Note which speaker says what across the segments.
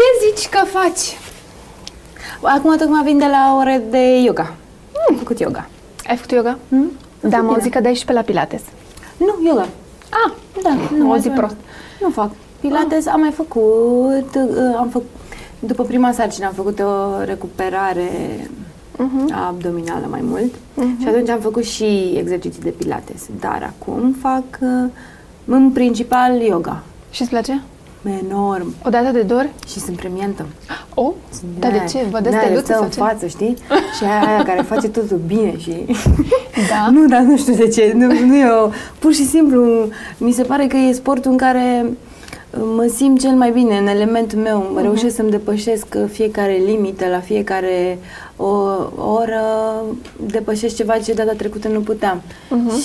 Speaker 1: Zici că faci. Acum tocmai vin de la ore de yoga. Nu am făcut yoga.
Speaker 2: Ai făcut yoga?
Speaker 1: Mm?
Speaker 2: Da,
Speaker 1: făcut
Speaker 2: m-au
Speaker 1: bine.
Speaker 2: zis că dai și pe la Pilates.
Speaker 1: Nu, yoga.
Speaker 2: Ah,
Speaker 1: Da,
Speaker 2: o
Speaker 1: mai
Speaker 2: zi
Speaker 1: vreau.
Speaker 2: prost.
Speaker 1: Nu fac. Pilates am mai făcut, uh, am făcut după prima sarcină am făcut o recuperare Mhm. abdominală mai mult și atunci am făcut și exerciții de pilates, dar acum fac uh, în principal yoga.
Speaker 2: și îți place?
Speaker 1: Enorm.
Speaker 2: O dată de două ori?
Speaker 1: Și sunt premiantă.
Speaker 2: Oh, dar de
Speaker 1: N-ai-
Speaker 2: ce? Vă dați
Speaker 1: n-ai
Speaker 2: teluțe
Speaker 1: lăsat
Speaker 2: sau
Speaker 1: în
Speaker 2: ce?
Speaker 1: Da. față, știi? Și aia, aia care face totul bine și...
Speaker 2: Da.
Speaker 1: Nu, dar nu știu de ce. Nu, nu e o... Pur și simplu, mi se pare că e sportul în care uh, mă simt cel mai bine în elementul meu. Mă reușesc să-mi depășesc uh, fiecare limită, la fiecare o oră depășesc ceva ce data trecută nu puteam.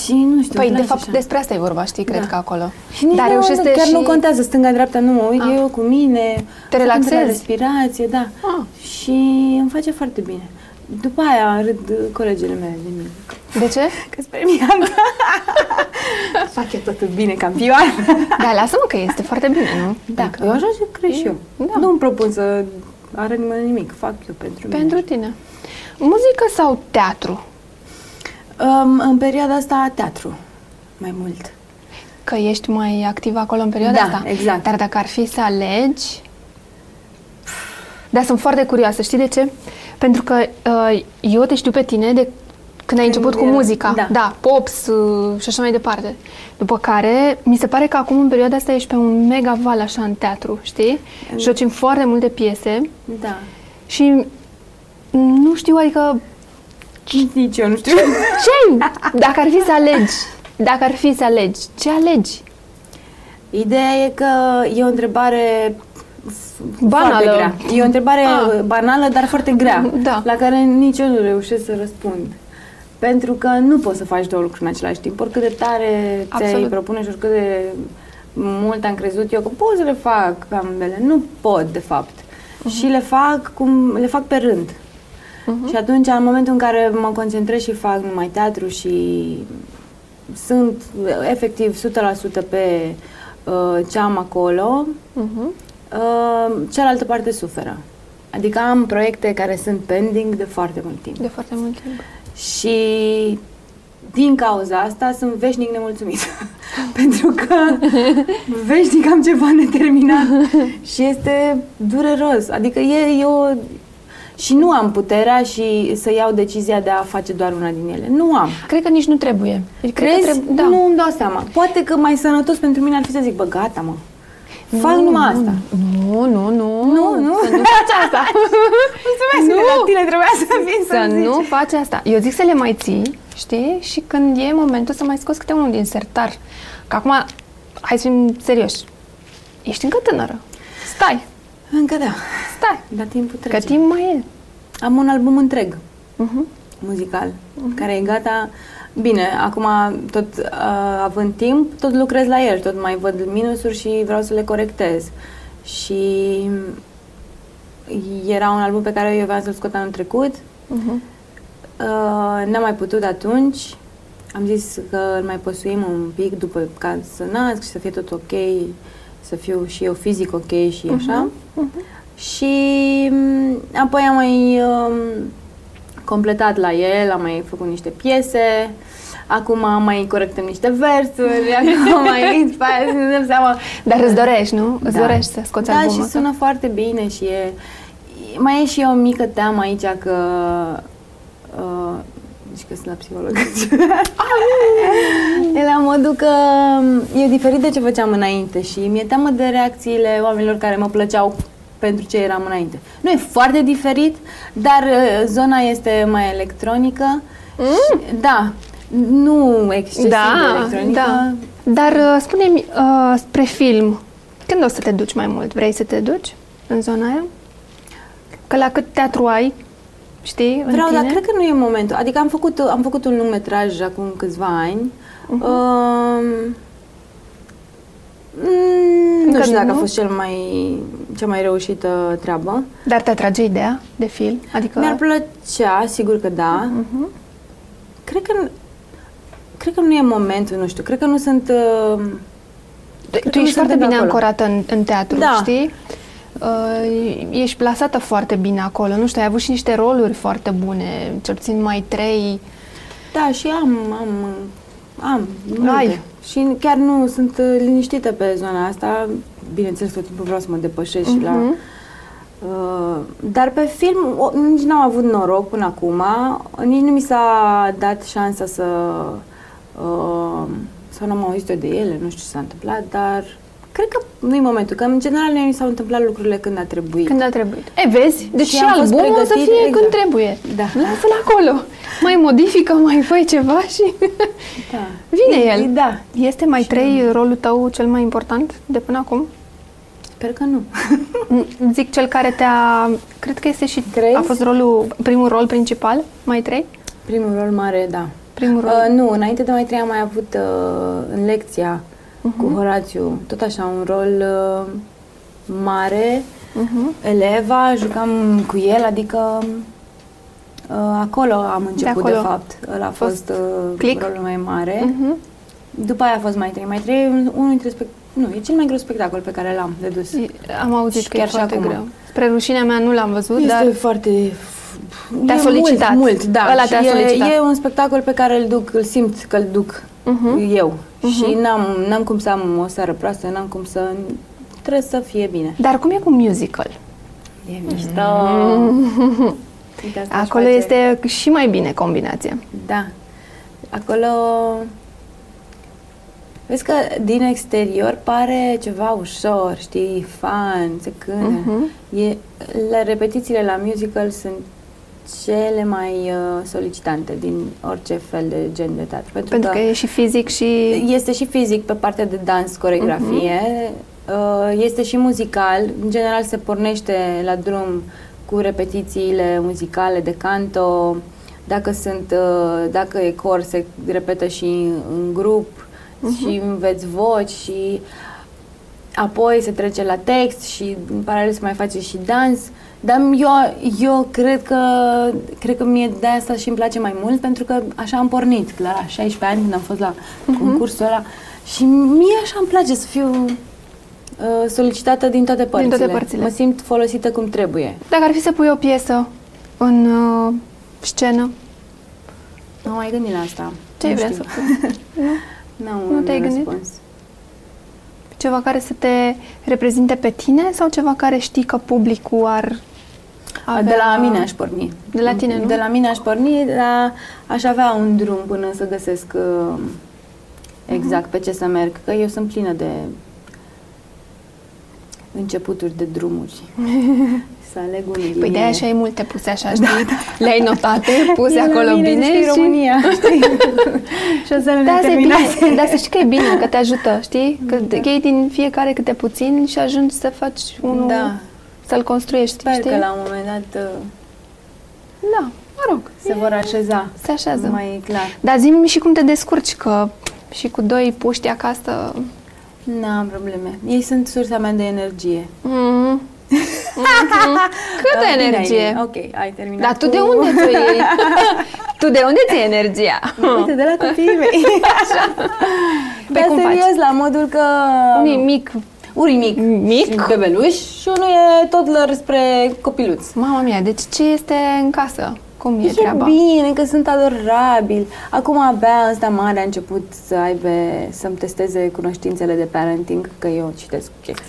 Speaker 1: Și nu știu,
Speaker 2: Păi,
Speaker 1: îmi
Speaker 2: de
Speaker 1: place
Speaker 2: fapt,
Speaker 1: așa.
Speaker 2: despre asta e vorba, știi, cred
Speaker 1: Da.
Speaker 2: că acolo.
Speaker 1: Și nici
Speaker 2: Dar
Speaker 1: nu,
Speaker 2: reușești
Speaker 1: nu,
Speaker 2: să
Speaker 1: chiar nu
Speaker 2: și-
Speaker 1: contează stânga-dreapta, nu mă uit,
Speaker 2: Ah.
Speaker 1: eu cu mine.
Speaker 2: Te
Speaker 1: fac
Speaker 2: relaxezi?
Speaker 1: întreaga respirație, da.
Speaker 2: Ah.
Speaker 1: Și îmi face foarte bine. După aia râd uh, colegele mele de mine.
Speaker 2: De ce?
Speaker 1: Că-s premiantă. Fac eu totul bine, campioană.
Speaker 2: Da, lasă-mă că este foarte bine, nu?
Speaker 1: Da, eu așa și cred și eu.
Speaker 2: Da.
Speaker 1: Nu îmi propun să arăt nimeni nimic, fac eu pentru, mine.
Speaker 2: Pentru tine. Muzică sau teatru?
Speaker 1: Um, în perioada asta, teatru, mai mult.
Speaker 2: Că ești mai activă acolo în perioada
Speaker 1: Da,
Speaker 2: asta.
Speaker 1: exact.
Speaker 2: Dar dacă ar fi să alegi... Dar sunt foarte curioasă, știi de ce? Pentru că uh, eu te știu pe tine de când ai început cu
Speaker 1: era-
Speaker 2: muzica.
Speaker 1: da.
Speaker 2: da pops uh, și așa mai departe. După care, mi se pare că acum în perioada asta ești pe un mega val așa în teatru, știi? Joci în foarte multe piese
Speaker 1: Da.
Speaker 2: și nu știu, adică
Speaker 1: Nici eu nu știu.
Speaker 2: ce Dacă ar fi să alegi, dacă ar fi să alegi, ce alegi?
Speaker 1: Ideea e că e o întrebare f-
Speaker 2: Banală.
Speaker 1: Foarte grea. E o întrebare
Speaker 2: Ah.
Speaker 1: banală, dar foarte grea,
Speaker 2: Da.
Speaker 1: la care nici eu nu reușesc să răspund. Pentru că nu poți să faci două lucruri în același timp. Oricât de tare ți-ai
Speaker 2: Absolut.
Speaker 1: propune și oricât de mult am crezut eu că pot să le fac pe ambele. Nu pot, de fapt.
Speaker 2: Mhm.
Speaker 1: Și le fac, cum, le fac pe rând. Și atunci, în momentul în care mă concentrez și fac numai teatru și sunt efectiv 100% pe uh, ce am acolo, Mhm.
Speaker 2: Uh-huh.
Speaker 1: uh, cealaltă parte suferă. Adică am proiecte care sunt pending de foarte mult timp.
Speaker 2: De foarte mult timp.
Speaker 1: Și din cauza asta sunt veșnic nemulțumită. Pentru că veșnic am ceva neterminat și este dureros. Adică e, e o... Și nu am puterea și să iau decizia de a face doar una din ele. Nu am.
Speaker 2: Cred că nici nu trebuie. Cred că
Speaker 1: Crezi?
Speaker 2: trebuie-
Speaker 1: da.
Speaker 2: da.
Speaker 1: Nu îmi dau seama. Poate că mai sănătos pentru mine ar fi să zic, bă, gata, mă. Fac numai asta.
Speaker 2: Nu, nu, nu.
Speaker 1: Nu, nu.
Speaker 2: Să nu faci asta.
Speaker 1: Mulțumesc, nu. la tine trebuia să vin să,
Speaker 2: să nu faci asta. Eu zic să le mai ții, știi? Și când e momentul să mai scoți câte unul din sertar. Că acum, hai să fim serioși. Ești încă tânără. Stai,
Speaker 1: Încă da.
Speaker 2: stai.
Speaker 1: Dar timpul trece.
Speaker 2: Că timp mai e.
Speaker 1: Am un album întreg.
Speaker 2: Uh-huh.
Speaker 1: muzical, care e gata. Bine, acum tot uh, având timp, tot lucrez la el, tot mai văd minusuri și vreau să le corectez. Și era un album pe care eu vreau să-l scot anul trecut,
Speaker 2: Uh-huh.
Speaker 1: Uh, n-am mai putut atunci. Am zis că îl mai păsuim un pic după ca să nasc și să fie tot ok, să fiu și eu fizic ok și așa. Și m, apoi am mai um, completat la el, am mai făcut niște piese, acum mai corectăm niște versuri, acum mai îți faci- îți dăm seama.
Speaker 2: Dar îți dorești, nu? Îți dorești să scoți
Speaker 1: da,
Speaker 2: albumul
Speaker 1: și
Speaker 2: ăsta.
Speaker 1: sună foarte bine și e, mai e și o mică teamă aici că uh, zici că sunt la psiholog. e la modul că um, e diferit de ce făceam înainte și mi-e teamă de reacțiile oamenilor care mă plăceau pentru ce eram înainte. Nu e foarte diferit, dar uh, zona este mai electronică.
Speaker 2: Mm.
Speaker 1: Și, da, nu excesiv de electronică.
Speaker 2: da. Dar uh, spune-mi uh, spre film, când o să te duci mai mult? Vrei să te duci în zona aia? Că la cât teatru ai, știi, în
Speaker 1: Vreau,
Speaker 2: tine?
Speaker 1: dar cred că nu e momentul. Adică am făcut, am făcut un lung metraj acum câțiva ani. Uh-huh. mm, nu
Speaker 2: Încă
Speaker 1: știu dacă
Speaker 2: nu?
Speaker 1: a fost cel mai, cea mai reușită treabă.
Speaker 2: Dar te atrage ideea de film? Adică...
Speaker 1: Mi-ar plăcea, sigur că da.
Speaker 2: Mhm.
Speaker 1: Cred că cred că nu e momentul, nu știu. Cred că nu sunt uh,
Speaker 2: Tu-
Speaker 1: cred că
Speaker 2: Tu
Speaker 1: nu
Speaker 2: ești foarte
Speaker 1: suntem
Speaker 2: bine
Speaker 1: acolo.
Speaker 2: ancorată în, în teatru,
Speaker 1: Da.
Speaker 2: știi? uh, ești plasată foarte bine acolo, nu știu, ai avut și niște roluri foarte bune, cel puțin mai trei.
Speaker 1: Da, și am, am, am multe.
Speaker 2: Ai.
Speaker 1: Și chiar nu sunt uh, liniștită pe zona asta. Bineînțeles, tot timpul vreau să mă depășesc și la...
Speaker 2: Mhm.
Speaker 1: Uh, dar pe film o, nici n-am avut noroc până acum, nici nu mi s-a dat șansa să... Uh, sau n-am auzit eu de ele, nu știu ce s-a întâmplat, dar cred că nu e momentul, că în general nu mi s-au întâmplat lucrurile când a trebuit.
Speaker 2: Când a trebuit. E, vezi? Deci
Speaker 1: Și
Speaker 2: și,
Speaker 1: am fost
Speaker 2: albumul o să
Speaker 1: pregătită,
Speaker 2: fie
Speaker 1: exact.
Speaker 2: când trebuie.
Speaker 1: Da.
Speaker 2: Lasă-l acolo. Mai modifică, mai fă ceva și
Speaker 1: Da.
Speaker 2: vine
Speaker 1: E-
Speaker 2: el.
Speaker 1: e- Da,
Speaker 2: Este mai trei rolul tău cel mai important de până acum?
Speaker 1: sper că nu.
Speaker 2: Mm, Zic cel care te-a... Cred că este și...
Speaker 1: Crezi?
Speaker 2: A fost rolul, primul rol principal, mai trei?
Speaker 1: Primul rol mare, da.
Speaker 2: Primul rol.
Speaker 1: Uh, nu, înainte de mai trei am mai avut uh, în lecția cu
Speaker 2: Mhm.
Speaker 1: Horațiu, tot așa, un rol uh, mare,
Speaker 2: Mhm.
Speaker 1: eleva, jucam cu el, adică uh, acolo am început, de,
Speaker 2: acolo.
Speaker 1: fapt. Ăla a
Speaker 2: Fost
Speaker 1: fost, uh,
Speaker 2: click?
Speaker 1: rolul mai mare.
Speaker 2: Mhm.
Speaker 1: După aia a fost mai trei. Mai trei, e un- unul dintre spect- nu, e cel mai greu spectacol pe care l-am de dus.
Speaker 2: E- Am auzit
Speaker 1: Și
Speaker 2: că e
Speaker 1: chiar și
Speaker 2: foarte
Speaker 1: acum.
Speaker 2: greu. Spre rușinea mea nu l-am văzut,
Speaker 1: Este
Speaker 2: dar...
Speaker 1: foarte...
Speaker 2: Te-a
Speaker 1: e
Speaker 2: solicitat.
Speaker 1: Mult, mult, da.
Speaker 2: Ăla
Speaker 1: Și
Speaker 2: te-a
Speaker 1: e,
Speaker 2: solicitat.
Speaker 1: E un spectacol pe care îl duc, îl simt că îl duc
Speaker 2: Mhm.
Speaker 1: eu. Și n-am, n-am cum să am o seară proastă, n-am cum să... Trebuie să fie bine.
Speaker 2: Dar cum e cu musical?
Speaker 1: E mișto. Mm.
Speaker 2: Mhm. Acolo este și mai bine combinația.
Speaker 1: Da. Acolo... Vezi că din exterior pare ceva ușor, știi, fan, se cântă.
Speaker 2: Mhm.
Speaker 1: E, la repetițiile la musical sunt cele mai uh, solicitante din orice fel de gen de teatru. Pentru,
Speaker 2: Pentru că e și fizic și...
Speaker 1: este și fizic pe partea de dans, coregrafie, uh, este și muzical. În general se pornește la drum cu repetițiile muzicale de canto. Dacă sunt, uh, dacă e cor, se repetă și în grup și înveți voci și apoi se trece la text și în paralel se mai face și dans. Dar eu, eu cred că cred că mie de asta și îmi place mai mult pentru că așa am pornit la 16 ani când am fost la
Speaker 2: Mhm.
Speaker 1: concursul ăla și mie așa îmi place să fiu uh, solicitată din toate
Speaker 2: toate
Speaker 1: părțile.
Speaker 2: părțile.
Speaker 1: Mă simt folosită cum trebuie.
Speaker 2: Dacă ar fi să pui o piesă în uh, scenă,
Speaker 1: Nu am mai gândit la asta.
Speaker 2: ce ai
Speaker 1: nu
Speaker 2: vrea
Speaker 1: știu.
Speaker 2: să pui?
Speaker 1: Nu,
Speaker 2: Nu
Speaker 1: nu
Speaker 2: te-ai
Speaker 1: te-ai
Speaker 2: gândit?
Speaker 1: răspuns.
Speaker 2: Ceva care să te reprezinte pe tine sau ceva care știi că publicul ar avea...
Speaker 1: De la mine aș porni.
Speaker 2: De la tine, nu?
Speaker 1: De la mine aș porni, dar aș avea un drum până să găsesc uh,
Speaker 2: Mhm.
Speaker 1: exact pe ce să merg. Că eu sunt plină de începuturi de drumuri. să aleg unul din
Speaker 2: Păi de
Speaker 1: ele.
Speaker 2: aia și ai multe puse așa, știi? Le-ai notate, puse
Speaker 1: Da, E la
Speaker 2: acolo
Speaker 1: mine,
Speaker 2: bine
Speaker 1: zici că e
Speaker 2: și...
Speaker 1: România, știi? Șansele
Speaker 2: Da, asta e
Speaker 1: neterminate.
Speaker 2: bine, dar să știi că e bine, că te ajută, știi? Că da. iei din fiecare câte puțin și ajungi să faci unul,
Speaker 1: Da.
Speaker 2: să-l construiești,
Speaker 1: Sper
Speaker 2: știi?
Speaker 1: că la un moment dat uh,
Speaker 2: Da, mă rog,
Speaker 1: se vor așeza
Speaker 2: se așează.
Speaker 1: mai clar.
Speaker 2: Dar zi-mi și cum te descurci, că și cu doi puști acasă...
Speaker 1: Nu am probleme. Ei sunt sursa mea de energie.
Speaker 2: Mm. Mhm. Câtă
Speaker 1: Da, Bine ai
Speaker 2: energie!
Speaker 1: venit. Ok, ai terminat.
Speaker 2: Dar tu
Speaker 1: cu-
Speaker 2: de unde ți iei? tu de unde ți iei energia?
Speaker 1: Păi, Uite, de la copiii mei.
Speaker 2: Păi
Speaker 1: Dar
Speaker 2: cum faci?
Speaker 1: serios, la modul că...
Speaker 2: Unui mic...
Speaker 1: Unui mic.
Speaker 2: Mic?
Speaker 1: Bebeluș și unul e tot lor spre copiluț.
Speaker 2: Mama mea, deci ce este în casă? Cum e, treaba?
Speaker 1: Deci bine, că sunt adorabil. Acum abia ăsta mare a început să aibă, să-mi testeze cunoștințele de parenting, că eu citesc chestii.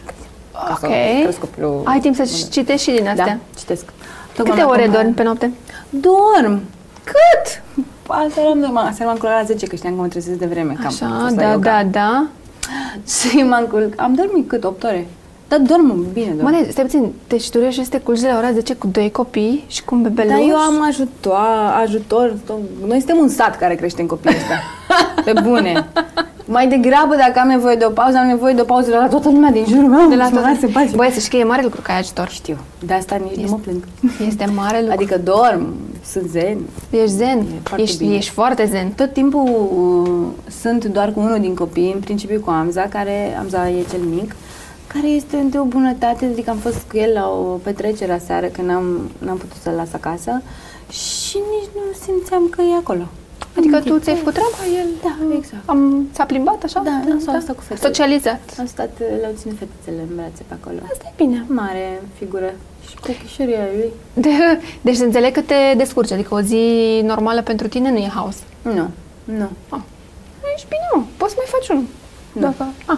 Speaker 1: Ca să cresc copilul
Speaker 2: Ai timp să
Speaker 1: bine.
Speaker 2: citești și din
Speaker 1: Da,
Speaker 2: astea.
Speaker 1: citesc.
Speaker 2: Câte
Speaker 1: Tocmai
Speaker 2: ore
Speaker 1: acum-
Speaker 2: dormi pe noapte?
Speaker 1: Dorm! Cât? Aseară am dormit, aseară m-am culcat la 10, că știam că mă trezesc de vreme. că am
Speaker 2: Așa,
Speaker 1: fost la
Speaker 2: da,
Speaker 1: yoga.
Speaker 2: da, da.
Speaker 1: Și m-am culcat. Am dormit cât? 8 ore? Dar dorm bine, dorm.
Speaker 2: Mă, ne, stai puțin, deci tu reușești să te culci de la ora 10 cu doi copii și cu un bebeluș?
Speaker 1: Dar Da, eu am ajutor, ajutor. to- Noi suntem un sat care crește în copiii ăștia. Pe bune. Mai degrabă, dacă am nevoie de o pauză, am nevoie de o pauză de la toată lumea din jurul meu.
Speaker 2: de la
Speaker 1: și mă lasă în pace.
Speaker 2: Băi, să știi că e mare lucru că ai ajutor.
Speaker 1: Știu. De asta nici nu mă plâng.
Speaker 2: Este mare lucru.
Speaker 1: Adică dorm, sunt zen.
Speaker 2: Ești zen,
Speaker 1: foarte
Speaker 2: ești,
Speaker 1: bine.
Speaker 2: ești foarte zen.
Speaker 1: Tot timpul uh, sunt doar cu unul din copii, în principiu cu Amza, care Amza e cel mic, care este de o bunătate, adică am fost cu el la o petrecere aseară când n-am, n-am putut să-l las acasă și nici nu simțeam că e acolo.
Speaker 2: Adică tu ți-ai făcut treaba, el
Speaker 1: Da, exact.
Speaker 2: am, s-a plimbat așa?
Speaker 1: Da, da, s-a stat cu fetele.
Speaker 2: Socializat.
Speaker 1: Am stat, le-au ținut fetițele în brațe pe acolo.
Speaker 2: Asta e bine.
Speaker 1: Mare figură și cu chișuria lui.
Speaker 2: De, deci înțeleg că te descurci, adică o zi normală pentru tine nu e haos.
Speaker 1: Nu, nu.
Speaker 2: Ah. Ești bine, mă. Poți să mai faci unul.
Speaker 1: Da.
Speaker 2: Dacă... Ah.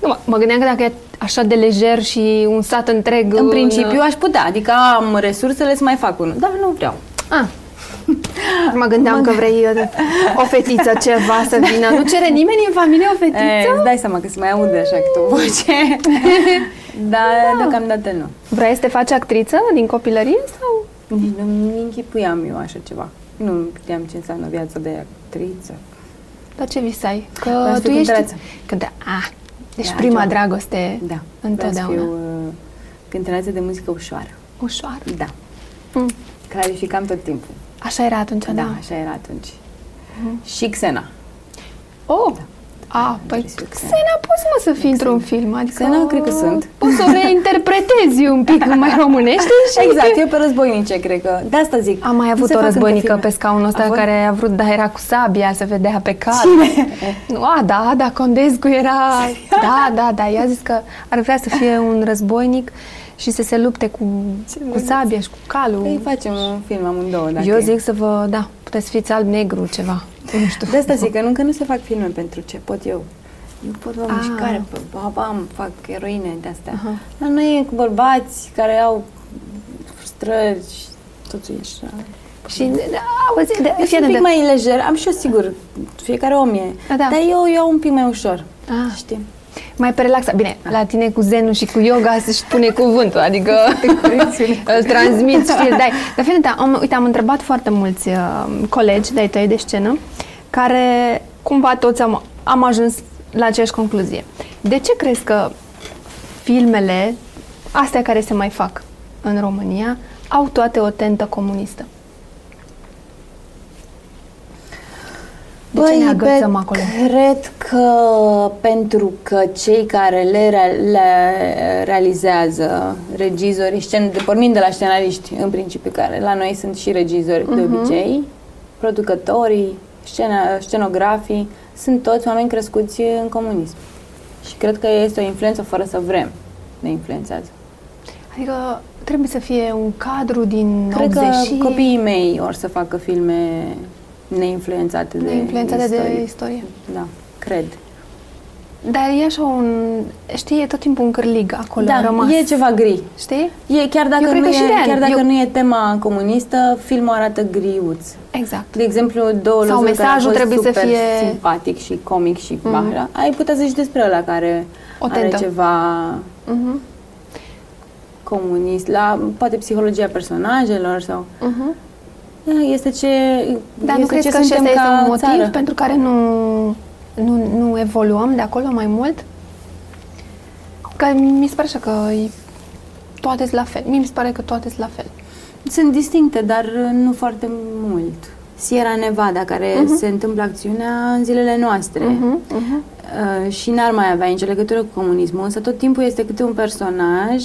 Speaker 2: Nu, mă, mă gândeam că dacă e așa de lejer și un sat întreg...
Speaker 1: În principiu aș putea, adică am resursele să mai fac unul, dar nu vreau.
Speaker 2: Ah. Mă gândeam că vrei uh, o fetiță ceva să vină. Nu cere nimeni în familie o fetiță?
Speaker 1: E, Eh, îți dai seama că se mai aude așa câte o voce. dar da. deocamdădată nu.
Speaker 2: Vrei să te faci actriță din copilărie sau...
Speaker 1: Nici nu Deci închipuiam eu așa ceva. Nu știam ce înseamnă viața de actriță.
Speaker 2: Dar ce visai?
Speaker 1: Vreau
Speaker 2: Că
Speaker 1: să
Speaker 2: tu
Speaker 1: fiu
Speaker 2: ești...
Speaker 1: cântăreață.
Speaker 2: Cântă... Ah, deci
Speaker 1: Da,
Speaker 2: prima
Speaker 1: da.
Speaker 2: dragoste
Speaker 1: Da.
Speaker 2: întotdeauna.
Speaker 1: Vreau să fiu uh, cântăreață de muzică ușoară.
Speaker 2: Ușoară.
Speaker 1: Da.
Speaker 2: Mm.
Speaker 1: Clarificam tot timpul.
Speaker 2: Așa era atunci, da. Mm-hmm.
Speaker 1: Da, așa era atunci. Și Xena.
Speaker 2: Oh! A, păi
Speaker 1: trebuie să fiu
Speaker 2: Xena poți mă să fii într-un film, adică...
Speaker 1: Xena, cred că sunt.
Speaker 2: Poți să o reinterpretezi un pic mai românește și... adică-
Speaker 1: Exact, e pe războinice, cred că. De asta zic.
Speaker 2: Am mai
Speaker 1: Nu
Speaker 2: avut
Speaker 1: se
Speaker 2: o
Speaker 1: fac încă
Speaker 2: războinică
Speaker 1: filme.
Speaker 2: pe scaunul ăsta
Speaker 1: A fost?
Speaker 2: care a vrut, da, era cu sabia, se vedea pe cal.
Speaker 1: Cine?
Speaker 2: Nu, a, da, Ada Condescu era... Da, da, da, ea a zis că ar vrea să fie un războinic și să se lupte cu, cu
Speaker 1: drăguț.
Speaker 2: sabia și cu calul.
Speaker 1: Ei facem un film amândouă, dacă
Speaker 2: Eu
Speaker 1: e.
Speaker 2: zic să vă, da, puteți fiți alb-negru ceva. Nu știu.
Speaker 1: De asta zic că nu, că nu se fac filme pentru ce pot eu. Eu pot la
Speaker 2: Ah.
Speaker 1: mișcare, pe babam, fac eroine de astea.
Speaker 2: Aha.
Speaker 1: Dar noi e cu bărbați care au frustrări și totul e așa.
Speaker 2: Și, da, auzi, de,
Speaker 1: Eu
Speaker 2: fii
Speaker 1: sunt un
Speaker 2: atentă.
Speaker 1: pic mai lejer, am și eu sigur, fiecare om e,
Speaker 2: Da, da.
Speaker 1: dar eu iau un pic mai ușor,
Speaker 2: Ah.
Speaker 1: știi?
Speaker 2: Mai pe relaxat. Bine, la tine cu zenul și cu yoga se-și pune cuvântul, adică îl transmiți, știi, îl dai. Dar fii atentă, am, uite, am întrebat foarte mulți uh, colegi de-ai tăi de scenă, care cumva toți am, am ajuns la aceeași concluzie. De ce crezi că filmele, astea care se mai fac în România, au toate o tentă comunistă? De ce ne agățăm
Speaker 1: pe-
Speaker 2: acolo?
Speaker 1: Cred că pentru că cei care le, re- le realizează, regizorii, scen, de, pornind de la scenariști, în principiu, care la noi sunt și regizori de
Speaker 2: Mhm.
Speaker 1: obicei, producătorii, scena, scenografii, sunt toți oameni crescuți în comunism. Și cred că este o influență fără să vrem. Ne influențează.
Speaker 2: Adică trebuie să fie un cadru din
Speaker 1: Cred
Speaker 2: 80
Speaker 1: că copiii mei or să facă filme neinfluențate de
Speaker 2: neinfluențate de
Speaker 1: istorie.
Speaker 2: istorie. istorie.
Speaker 1: Da, cred.
Speaker 2: Dar e așa un, știi, e tot timpul un cârlig acolo
Speaker 1: da,
Speaker 2: rămas.
Speaker 1: e ceva gri.
Speaker 2: Știi?
Speaker 1: E, chiar
Speaker 2: Eu
Speaker 1: dacă,
Speaker 2: cred
Speaker 1: nu
Speaker 2: că și de
Speaker 1: e,
Speaker 2: ani.
Speaker 1: chiar dacă
Speaker 2: Eu-
Speaker 1: nu e tema comunistă, filmul arată griuț.
Speaker 2: Exact.
Speaker 1: De exemplu, două
Speaker 2: Sau
Speaker 1: lozuri care au
Speaker 2: mesajul
Speaker 1: fost
Speaker 2: trebuie să
Speaker 1: super
Speaker 2: fie-
Speaker 1: simpatic și comic și mm. bahra. Ai putea să zici despre ăla care
Speaker 2: O
Speaker 1: are
Speaker 2: tentă.
Speaker 1: ceva Mhm,
Speaker 2: Uh-huh.
Speaker 1: comunist, la poate psihologia personajelor sau...
Speaker 2: Uh-huh.
Speaker 1: Da, Este ce
Speaker 2: Dar
Speaker 1: este
Speaker 2: nu crezi
Speaker 1: ce
Speaker 2: că și
Speaker 1: suntem
Speaker 2: ăsta este
Speaker 1: ca
Speaker 2: un motiv
Speaker 1: țară.
Speaker 2: pentru care nu, nu, nu evoluăm de acolo mai mult? Că mi se pare așa că e- toate sunt la fel. Mie mi se pare că toate sunt la fel.
Speaker 1: Sunt distincte, dar nu foarte mult. Sierra Nevada, care
Speaker 2: Mhm.
Speaker 1: se întâmplă acțiunea în zilele noastre.
Speaker 2: Uh-huh. Uh-huh.
Speaker 1: Uh, și n-ar mai avea nicio legătură cu comunismul, însă tot timpul este câte un personaj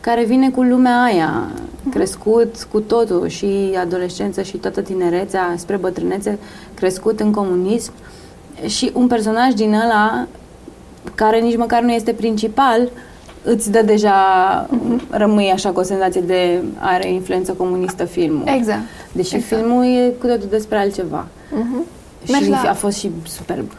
Speaker 1: care vine cu lumea aia,
Speaker 2: Mhm.
Speaker 1: crescut cu totul, și adolescență și toată tinerețea spre bătrânețe, crescut în comunism și un personaj din ăla care nici măcar nu este principal îți dă deja, rămâi așa cu o senzație de are influență comunistă filmul.
Speaker 2: Exact.
Speaker 1: Deși
Speaker 2: exact.
Speaker 1: filmul e cu totul despre altceva. Mhm.
Speaker 2: Uh-huh. Mergi
Speaker 1: Și
Speaker 2: la-
Speaker 1: a fost și superb.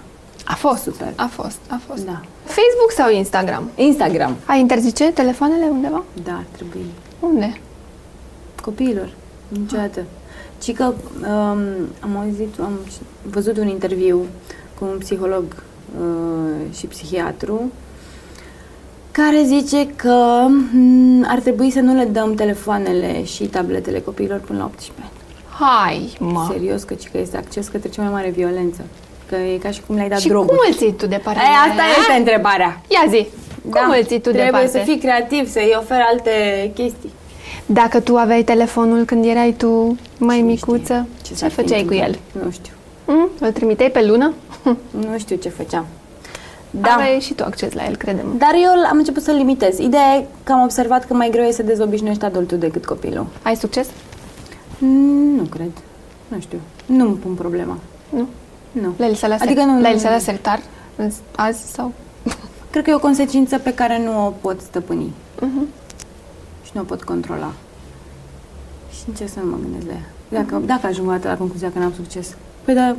Speaker 2: A fost.
Speaker 1: Super.
Speaker 2: A fost. A fost.
Speaker 1: Da.
Speaker 2: Facebook sau Instagram?
Speaker 1: Instagram.
Speaker 2: Ai interzice telefoanele undeva?
Speaker 1: Da, ar trebui.
Speaker 2: Unde?
Speaker 1: Copiilor,
Speaker 2: Ah.
Speaker 1: niciodată. Ci că um, am auzit, am ci- văzut un interviu cu un psiholog uh, și psihiatru care zice că mm, ar trebui să nu le dăm telefoanele și tabletele copiilor până la 18 ani.
Speaker 2: Hai, mă!
Speaker 1: Serios, că, ci că este acces către cea mai mare violență. Că e ca și cum le-ai dat
Speaker 2: și
Speaker 1: droguri.
Speaker 2: cum îl ții tu de partea
Speaker 1: Ei,
Speaker 2: aia?
Speaker 1: asta este întrebarea.
Speaker 2: Ia zi, cum îl ții tu
Speaker 1: Da. Trebuie
Speaker 2: departe?
Speaker 1: să fii creativ, să-i oferi alte chestii.
Speaker 2: Dacă tu aveai telefonul când erai tu mai
Speaker 1: Cine
Speaker 2: micuță,
Speaker 1: știe
Speaker 2: ce,
Speaker 1: s-ar fi
Speaker 2: făceai cu el?
Speaker 1: întâmplat? Nu știu.
Speaker 2: Mm? Îl trimiteai pe lună?
Speaker 1: Nu știu ce făceam. Da.
Speaker 2: Da. Aveai și tu acces la el, credem.
Speaker 1: Dar eu am început să-l limitez. Ideea e că am observat că mai greu e să dezobișnuiești adultul decât copilul.
Speaker 2: Ai succes?
Speaker 1: Mm, Nu cred. Nu știu. Nu-mi pun problema.
Speaker 2: Nu?
Speaker 1: Nu.
Speaker 2: La Elisala,
Speaker 1: Adică nu-
Speaker 2: la Elisala Sectar? în- Azi sau?
Speaker 1: Cred că e o consecință pe care nu o pot stăpâni și nu o pot controla. Și încerc să nu mă gândesc la ea. Dacă, dacă ajung o dată la concluzia că n-am succes, păi da,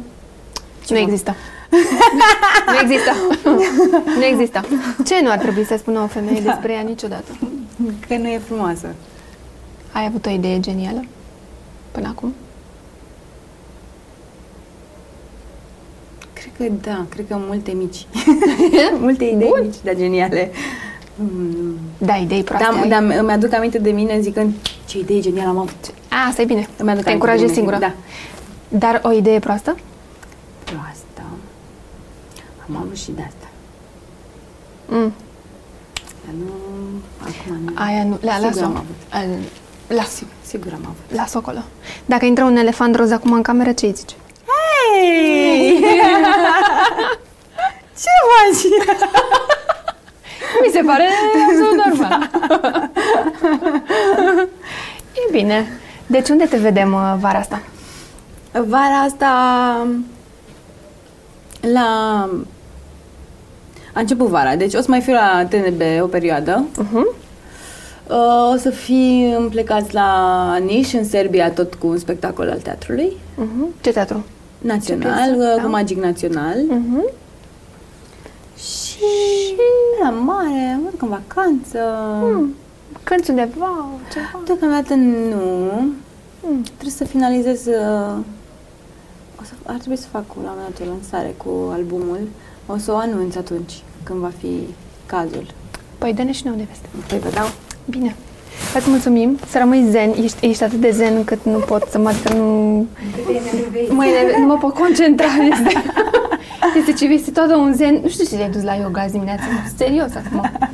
Speaker 2: Nu există. nu există. nu există. Ce nu ar trebui să spună o femeie
Speaker 1: Da.
Speaker 2: despre ea niciodată?
Speaker 1: că nu e frumoasă.
Speaker 2: Ai avut o idee genială până acum?
Speaker 1: Cred că da, cred că multe mici. multe idei
Speaker 2: Bun.
Speaker 1: mici, dar geniale. Mm.
Speaker 2: Da, idei proaste
Speaker 1: Dar
Speaker 2: ai?
Speaker 1: da, îmi aduc aminte de mine zicând ce idee genială am avut.
Speaker 2: A, asta e bine.
Speaker 1: Îmi aduc aminte
Speaker 2: Te
Speaker 1: de
Speaker 2: încurajezi
Speaker 1: mine.
Speaker 2: singură.
Speaker 1: Da.
Speaker 2: Dar o idee proastă?
Speaker 1: Proastă. Am avut și de asta.
Speaker 2: Mm.
Speaker 1: Dar nu, acum nu.
Speaker 2: Aia nu. La,
Speaker 1: Sigur
Speaker 2: las-o.
Speaker 1: am avut.
Speaker 2: Al- Las.
Speaker 1: Sigur am avut.
Speaker 2: Las-o acolo. Dacă intră un elefant roz acum în cameră, ce îi zici?
Speaker 1: Hei! Ce faci?
Speaker 2: Mi se pare absolut normal. e bine. Deci unde te vedem uh, vara asta?
Speaker 1: Vara asta la... A început vara, deci o să mai fiu la TNB o perioadă.
Speaker 2: Uh-huh.
Speaker 1: Uh, O să fim plecați la Niș, în Serbia, tot cu un spectacol al teatrului Mhm.
Speaker 2: Uh-huh. Ce teatru?
Speaker 1: național,
Speaker 2: piesă?
Speaker 1: uh,
Speaker 2: Da.
Speaker 1: cu magic național.
Speaker 2: Uh-huh.
Speaker 1: Și la mare, mă duc în vacanță.
Speaker 2: Mm. Cânți undeva, ceva.
Speaker 1: Deocamdată nu.
Speaker 2: Mm.
Speaker 1: Trebuie să finalizez... uh, O să, ar trebui să fac la un moment dat o lansare cu albumul. O să o anunț atunci, când va fi cazul.
Speaker 2: Păi dă-ne și nouă de veste.
Speaker 1: Păi vă dau.
Speaker 2: Bine. Îți mulțumim, să rămâi zen, ești, ești atât de zen încât nu pot să mă, adică nu, mă, enerve- nu mă pot concentra, este, este ce este toată un zen, nu știu ce te-ai dus la yoga azi dimineață, serios acum,